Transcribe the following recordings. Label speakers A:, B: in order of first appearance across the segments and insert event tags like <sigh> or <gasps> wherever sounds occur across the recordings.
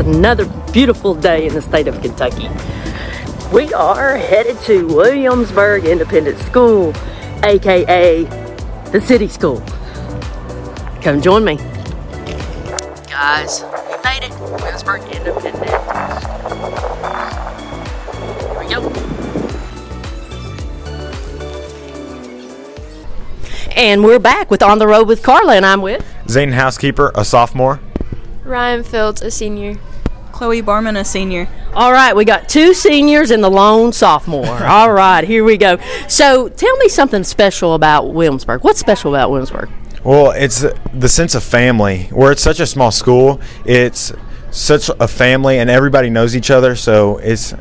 A: another beautiful day in the state of Kentucky. We are headed to Williamsburg Independent School, aka the city school. Come join me. Guys, we made it. Williamsburg Independent. Here we go. And we're back with On the Road with Carla, and I'm with.
B: Zayden Housekeeper, a sophomore.
C: Ryan Fields, a senior.
D: Chloe Barman, a senior.
A: All right, we got two seniors and the lone sophomore. All right, here we go. So tell me something special about Williamsburg. What's special about Williamsburg?
B: Well, it's the sense of family. Where it's such a small school, it's such a family, and everybody knows each other. So it's,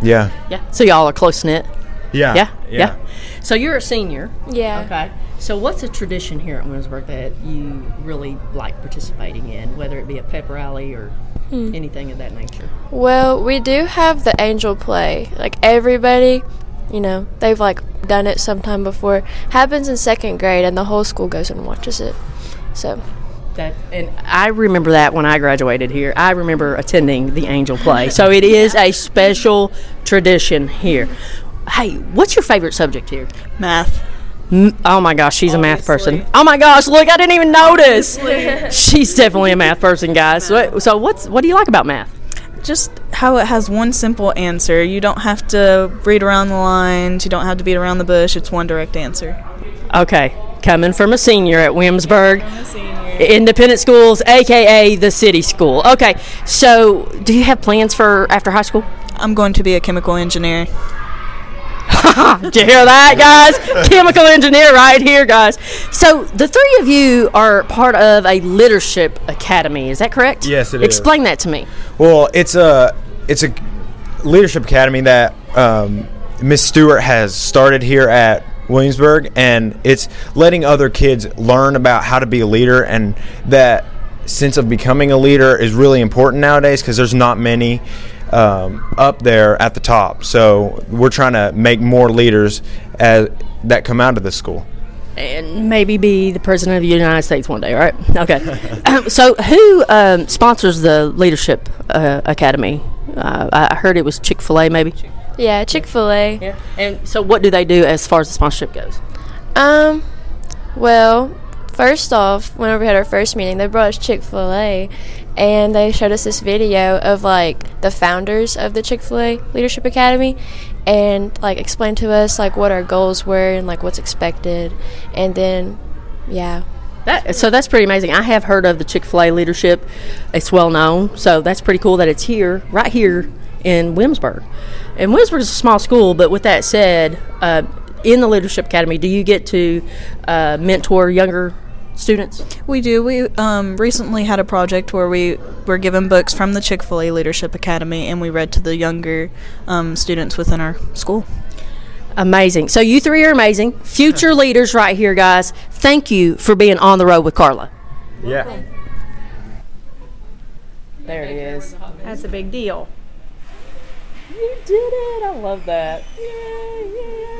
B: yeah,
A: Yeah. So y'all are close knit.
B: yeah,
A: Yeah, yeah. So you're a senior.
C: Yeah.
A: Okay. So what's a tradition here at Williamsburg that you really like participating in, whether it be a pep rally or anything of that nature?
C: Well, we do have the angel play. Like everybody, you know, they've like done it sometime before. Happens in second grade, and the whole school goes and watches it. So
A: That and I remember that when I graduated here. I remember attending the Angel Play. So it is a special tradition here. Hey, what's your favorite subject here?
D: Math.
A: M- Oh my gosh, she's a math person. Oh my gosh, look, I didn't even notice. <laughs> she's definitely a math person, guys. So, so what's what do you like about math?
D: Just how it has one simple answer. You don't have to read around the lines, you don't have to beat around the bush. It's one direct answer.
A: Okay, coming from a senior at Williamsburg. Independent schools, aka the city school. Okay, so do you have plans for after high school?
D: I'm going to be a chemical engineer.
A: <laughs> Did you hear that, guys? Chemical engineer right here, guys. So the three of you are part of a leadership academy. Is that correct?
B: Yes, it is.
A: Explain that to me.
B: Well, it's a it's a leadership academy that um, Miss Stewart has started here at Williamsburg, and it's letting other kids learn about how to be a leader, and that sense of becoming a leader is really important nowadays because there's not many um, up there at the top. So we're trying to make more leaders as, that come out of this school.
A: And maybe be the president of the United States one day, right? <laughs> Okay. so who um, sponsors the leadership uh, academy? Uh, I I heard it was Chick Fil A, maybe.
C: yeah, Chick Fil A.
A: Yeah. And so, what do they do as far as the sponsorship goes?
C: Um, well, first off, whenever we had our first meeting, they brought us Chick Fil A, and they showed us this video of like the founders of the Chick Fil A Leadership Academy, and like explained to us like what our goals were and like what's expected, and then, yeah,
A: That, so that's pretty amazing. I have heard of the Chick Fil A leadership; it's well known. So that's pretty cool that it's here, right here in Williamsburg. And Williamsburg is a small school, but with that said, uh, in the leadership academy, do you get to uh, mentor younger students?
D: We do. We um, recently had a project where we were given books from the Chick fil A Leadership Academy and we read to the younger um, students within our school.
A: Amazing. So you three are amazing, future leaders, right here, guys. Thank you for being on the road with Carla.
B: Yeah.
A: There it is.
E: That's a big deal.
A: You did it. I love that. Yeah,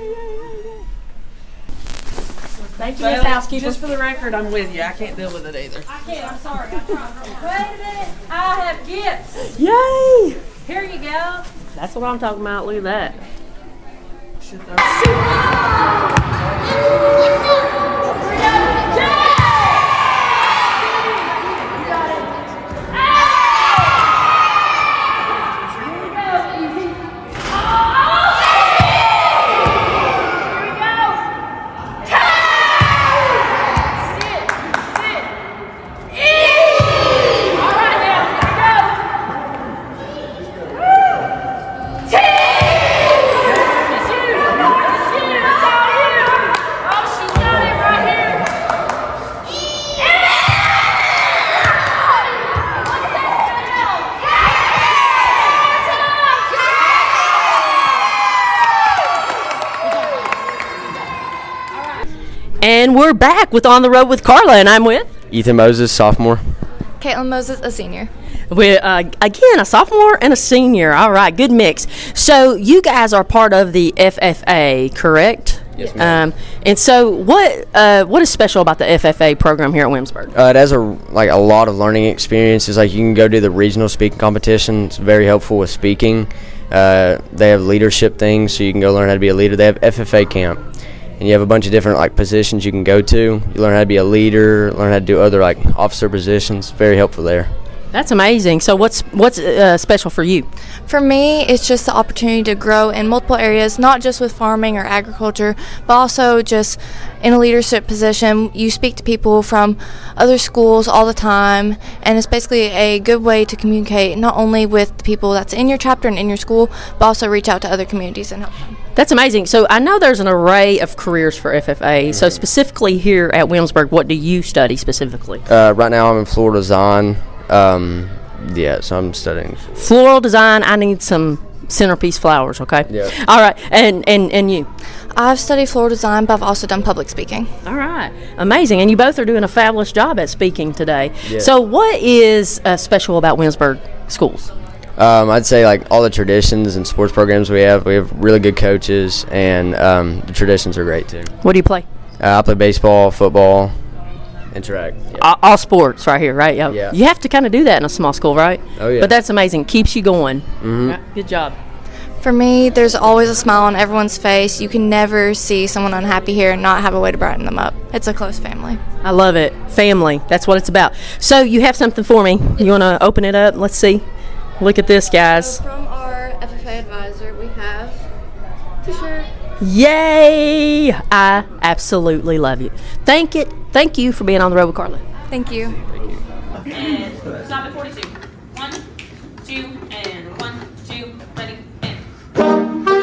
A: Thank you, Miss Housekeeper.
E: Just for the record, I'm with you. I can't deal with it either.
F: I can't, I'm sorry. I tried. Wait a minute. I have gifts.
A: Yay!
F: Here you go.
A: That's what I'm talking about. Look at that. And we're back with On the Road with Carla, and I'm with.
G: Ethan Moses, sophomore.
H: Caitlin Moses, a senior.
A: We're, uh, again, a sophomore and a senior. All right, good mix. So, you guys are part of the FFA, correct?
G: Yes, ma'am.
A: Um, and so, what uh, what is special about the FFA program here at Williamsburg?
G: Uh, it has a like a lot of learning experiences. Like you can go do the regional speaking competition. It's very helpful with speaking. Uh, they have leadership things, so you can go learn how to be a leader. They have FFA camp, and you have a bunch of different like positions you can go to. You learn how to be a leader, learn how to do other like officer positions. Very helpful there.
A: That's amazing. So, what's what's uh, special for you?
H: For me, it's just the opportunity to grow in multiple areas, not just with farming or agriculture, but also just in a leadership position. You speak to people from other schools all the time, and it's basically a good way to communicate not only with the people that's in your chapter and in your school, but also reach out to other communities and help them.
A: That's amazing. So, I know there's an array of careers for FFA.
G: Mm-hmm.
A: So, specifically here at Williamsburg, what do you study specifically?
G: Uh, right now, I'm in Florida design. Um, yeah, so I'm studying.
A: Floral design. I need some centerpiece flowers. Okay.
G: Yeah.
A: All right. And and and you.
H: I've studied floral design, but I've also done public speaking.
A: All right. Amazing. And you both are doing a fabulous job at speaking today.
G: Yeah.
A: So, what is uh, special about Williamsburg schools?
G: Um, I'd say like all the traditions and sports programs we have. We have really good coaches, and um, the traditions are great too.
A: What do you play?
G: Uh, I play baseball, football, and track. Yeah.
A: all, all sports right here, right?
G: Yeah.
A: You have to kind of do that in a small school, right?
G: Oh, yeah. Mm-hmm.
A: But that's amazing. Keeps you going. Yeah, Good job.
H: For me, there's always a smile on everyone's face. You can never see someone unhappy here and not have a way to brighten them up. It's a close family.
A: I love it. Family. That's what it's about. So you have something for me. You want to open it up? Let's see. Look at this, guys.
H: From our FFA advisor, we have T-shirt.
A: Yay! I absolutely love you. Thank it. Thank you for being on the road with Carla.
H: Thank you.
F: And stop at 42. One, two, and one, two, ready, and.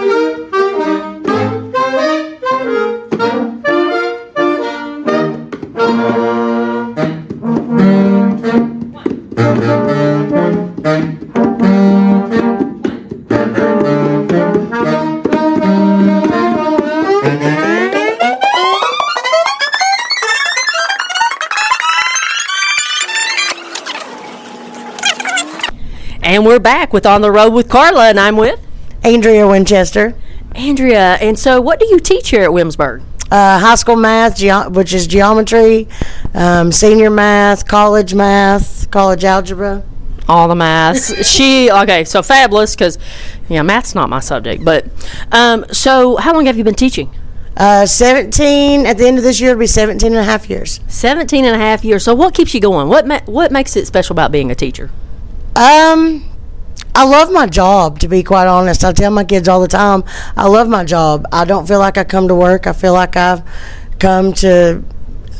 A: And we're back with On the Road with Carla, and I'm with
I: Andrea Winchester.
A: Andrea. And so, what do you teach here at Williamsburg?
I: Uh, high school math, geo- which is geometry, um, senior math, college math, college algebra.
A: all the <laughs> maths. she okay, so fabulous because yeah, math's not my subject. But um, so how long have you been teaching?
I: Uh, 17, at the end of this year, it'll be 17 and a half years.
A: 17 and a half years. So what keeps you going? What ma- what makes it special about being a teacher?
I: Um, I love my job, to be quite honest. I tell my kids all the time, I love my job. I don't feel like I come to work. I feel like I've come to.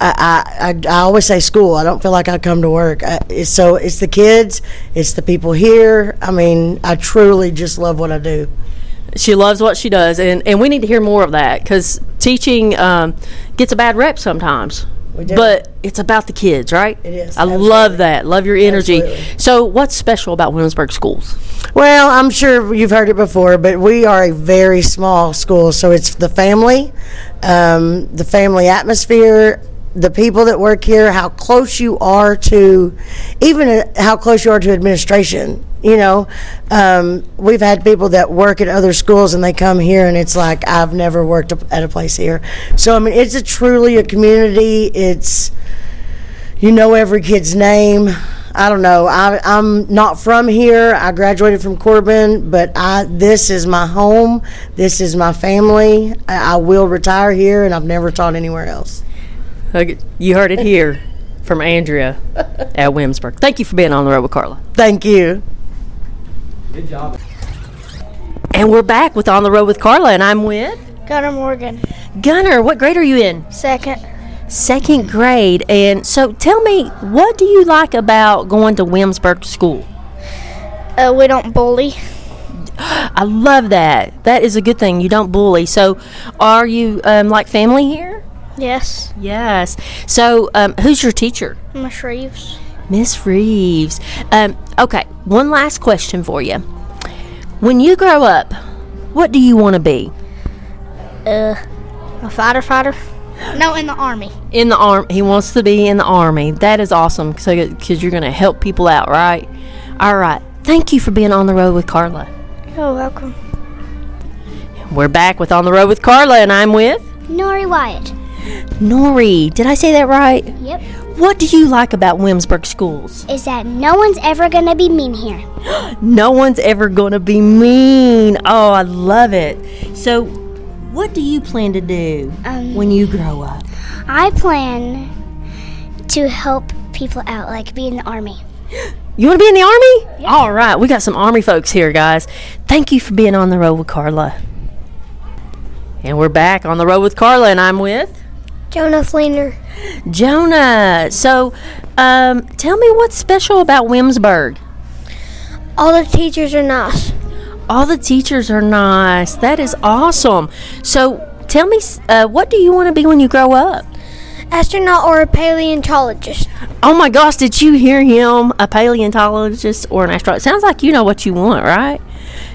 I: I, I, I I always say school. I don't feel like I come to work. I, it's, so it's the kids, it's the people here. I mean, I truly just love what I do.
A: She loves what she does, and, and we need to hear more of that because teaching um, gets a bad rep sometimes.
I: do.
A: But it's about the kids, right?
I: It is,
A: I love
I: absolutely.
A: that. Love your energy.
I: Absolutely.
A: So, what's special about Williamsburg schools?
I: Well, I'm sure you've heard it before, but we are a very small school, so it's the family, um, the family atmosphere, the people that work here, how close you are to, even uh, how close you are to administration. You know, um, we've had people that work at other schools and they come here and it's like I've never worked at a place here. So I mean, it's a truly a community. It's you know every kid's name. I don't know. I, I'm not from here. I graduated from Corbin, but I this is my home. This is my family. I, I will retire here, and I've never taught anywhere else.
A: Okay, You heard it here from Andrea at Williamsburg. Thank you for being on the road with Carla.
I: Thank you.
A: And we're back with On the Road with Carla, and I'm with
J: Gunnar Morgan.
A: Gunner. What grade are you in?
J: Second.
A: Second grade. And so tell me, what do you like about going to Williamsburg School?
J: Uh, we don't bully.
A: <gasps> I love that. That is a good thing. You don't bully. So are you um, like family here?
J: Yes.
A: Yes. So um, who's your teacher?
J: Miss Reeves.
A: Miss Reeves. Um, okay, one last question for you. When you grow up, what do you want to be?
J: Uh, a fighter fighter. No, in the army.
A: in the arm he wants to be in the army that is awesome because you're going to help people out right all right thank you for being on the road with carla
J: You're welcome.
A: we're back with on the road with carla and i'm with
J: Nori Wyatt.
A: Nori, did I say that right?
J: Yep.
A: What do you like about Williamsburg schools?
J: Is that no one's ever gonna be mean here?
A: No one's ever going to be mean. Oh, I love it. So, what do you plan to do when you grow up?
J: I plan to help people out, like be in the army.
A: You want to be in the army? All right, we got some army folks here, guys. Thank you for being on the road with Carla. And we're back on the road with Carla, and I'm with
J: Jonah Fleener.
A: Jonah. So, um, tell me what's special about Williamsburg.
J: All the teachers are nice.
A: All the teachers are nice. That is awesome. So, tell me, s- uh, what do you want to be when you grow up?
J: Astronaut or a paleontologist?
A: Oh my gosh, did you hear him? A paleontologist or an astronaut? Sounds like you know what you want, right?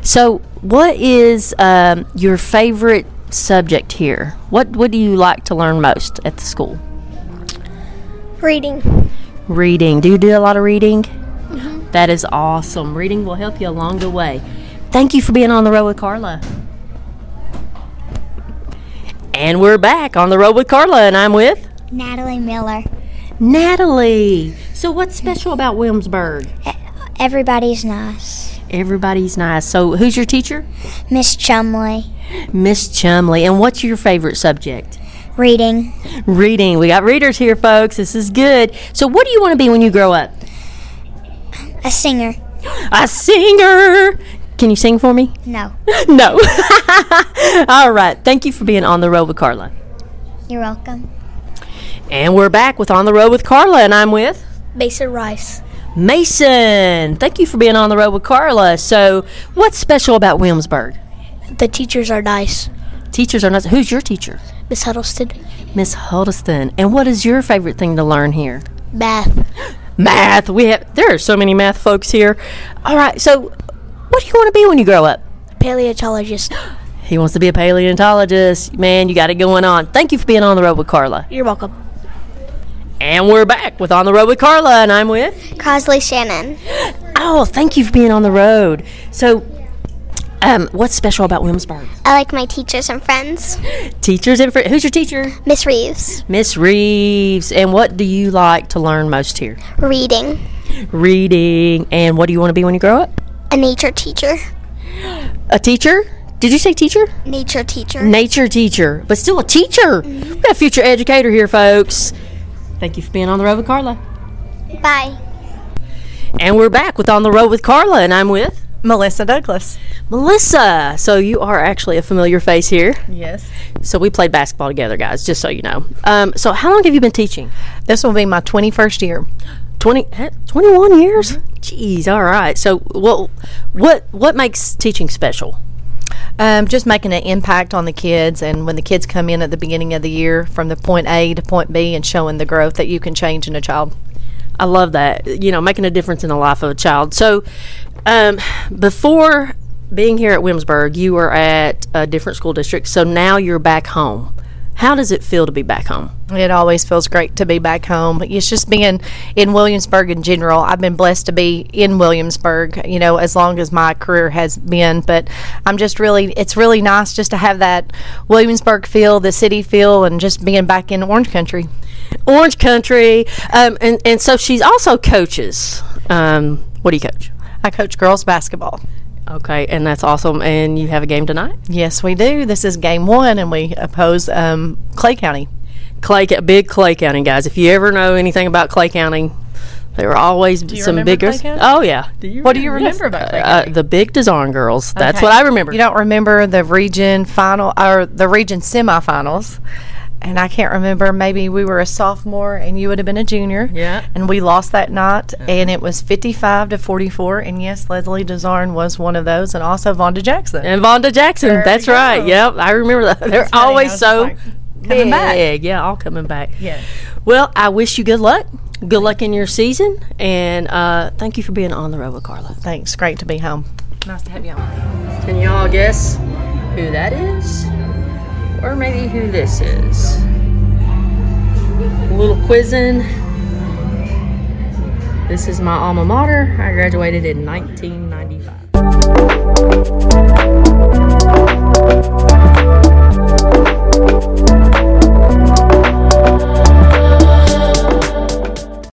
A: So, what is um, your favorite subject here? What What do you like to learn most at the school?
J: Reading.
A: Reading. Do you do a lot of reading? That is awesome. Reading will help you along the way. Thank you for being on the road with Carla. And we're back on the road with Carla, and I'm with
J: Natalie Miller.
A: Natalie. So, what's special about Williamsburg?
J: Everybody's nice.
A: Everybody's nice. So, who's your teacher?
J: Miss Chumley.
A: Miss Chumley. And what's your favorite subject?
J: Reading.
A: Reading. We got readers here, folks. This is good. So, what do you want to be when you grow up?
J: A singer.
A: A singer. Can you sing for me?
J: No.
A: No. <laughs> All right. Thank you for being on the road with Carla.
J: You're welcome.
A: And we're back with On the Road with Carla, and I'm with
J: Mesa Rice.
A: Mason. Thank you for being on the road with Carla. So, what's special about Williamsburg?
J: The teachers are nice.
A: Teachers are not. Who's your teacher?
J: Miss Huddleston.
A: Miss Huddleston. And what is your favorite thing to learn here?
J: Math.
A: Math. We have there are so many math folks here. All right. So, what do you want to be when you grow up?
J: Paleontologist.
A: He wants to be a paleontologist. Man, you got it going on. Thank you for being on the road with Carla.
J: You're welcome.
A: And we're back with On the Road with Carla, and I'm with
J: Crosley Shannon.
A: Oh, thank you for being on the road. So, um, what's special about Williamsburg?
J: I like my teachers and friends.
A: Teachers and fri- who's your teacher?
J: Miss Reeves.
A: Miss Reeves. And what do you like to learn most here?
J: Reading.
A: Reading. And what do you want to be when you grow up?
J: A nature teacher.
A: A teacher? Did you say teacher?
J: Nature teacher.
A: Nature teacher, but still a teacher. We got a future educator here, folks. Thank you for being on the road with Carla.
J: Bye.
A: And we're back with On the Road with Carla, and I'm with
D: Melissa Douglas.
A: Melissa. So you are actually a familiar face here.
I: Yes.
A: So we played basketball together, guys. Just so you know. Um, so how long have you been teaching?
I: This will be my 21st year.
A: 20, eh, 21 years. Jeez. All right. So what what what makes teaching special?
I: Um, just making an impact on the kids, and when the kids come in at the beginning of the year, from the point A to point B, and showing the growth that you can change in a child.
A: I love that. You know, making a difference in the life of a child. So um, before being here at Williamsburg, you were at a different school district. So now you're back home. How does it feel to be back home?
I: It always feels great to be back home. It's just being in Williamsburg in general. I've been blessed to be in Williamsburg, you know, as long as my career has been. But I'm just really, it's really nice just to have that Williamsburg feel, the city feel, and just being back in Orange Country.
A: Orange Country, um, and and so she's also coaches. Um, what do you coach?
I: I coach girls basketball.
A: Okay, and that's awesome. And you have a game tonight.
I: Yes, we do. This is game one, and we oppose um, Clay County.
A: Clay, Ca- big Clay County guys. If you ever know anything about Clay County, there are always
I: Do you
A: some
I: remember
A: bigger.
I: Clay County?
A: Oh yeah.
I: what do you remember about Clay
A: Uh, the big Desarn girls. That's
I: Okay.
A: what I remember.
I: You don't remember the region final or the region semifinals. And I can't remember. Maybe we were a sophomore and you would have been a junior.
A: Yeah.
I: And we lost that night, and it was 55 to 44. And yes, Leslie Desarn was one of those, and also Vonda Jackson.
A: And Vonda Jackson.
I: There
A: that's
I: we go.
A: right. Yep, I remember that. They're
I: funny. I
A: always
I: was
A: so
I: like,
A: big.
I: coming back.
A: Yeah, all coming back.
I: Yes.
A: Well, I wish you good luck. Good luck in your season, and uh, thank you for being on the road with Carla.
I: Thanks. Great to be home. Nice to have you on.
A: Can y'all guess who that is? Or maybe who this is? A little quizzing. This is my alma mater. I graduated in 1995.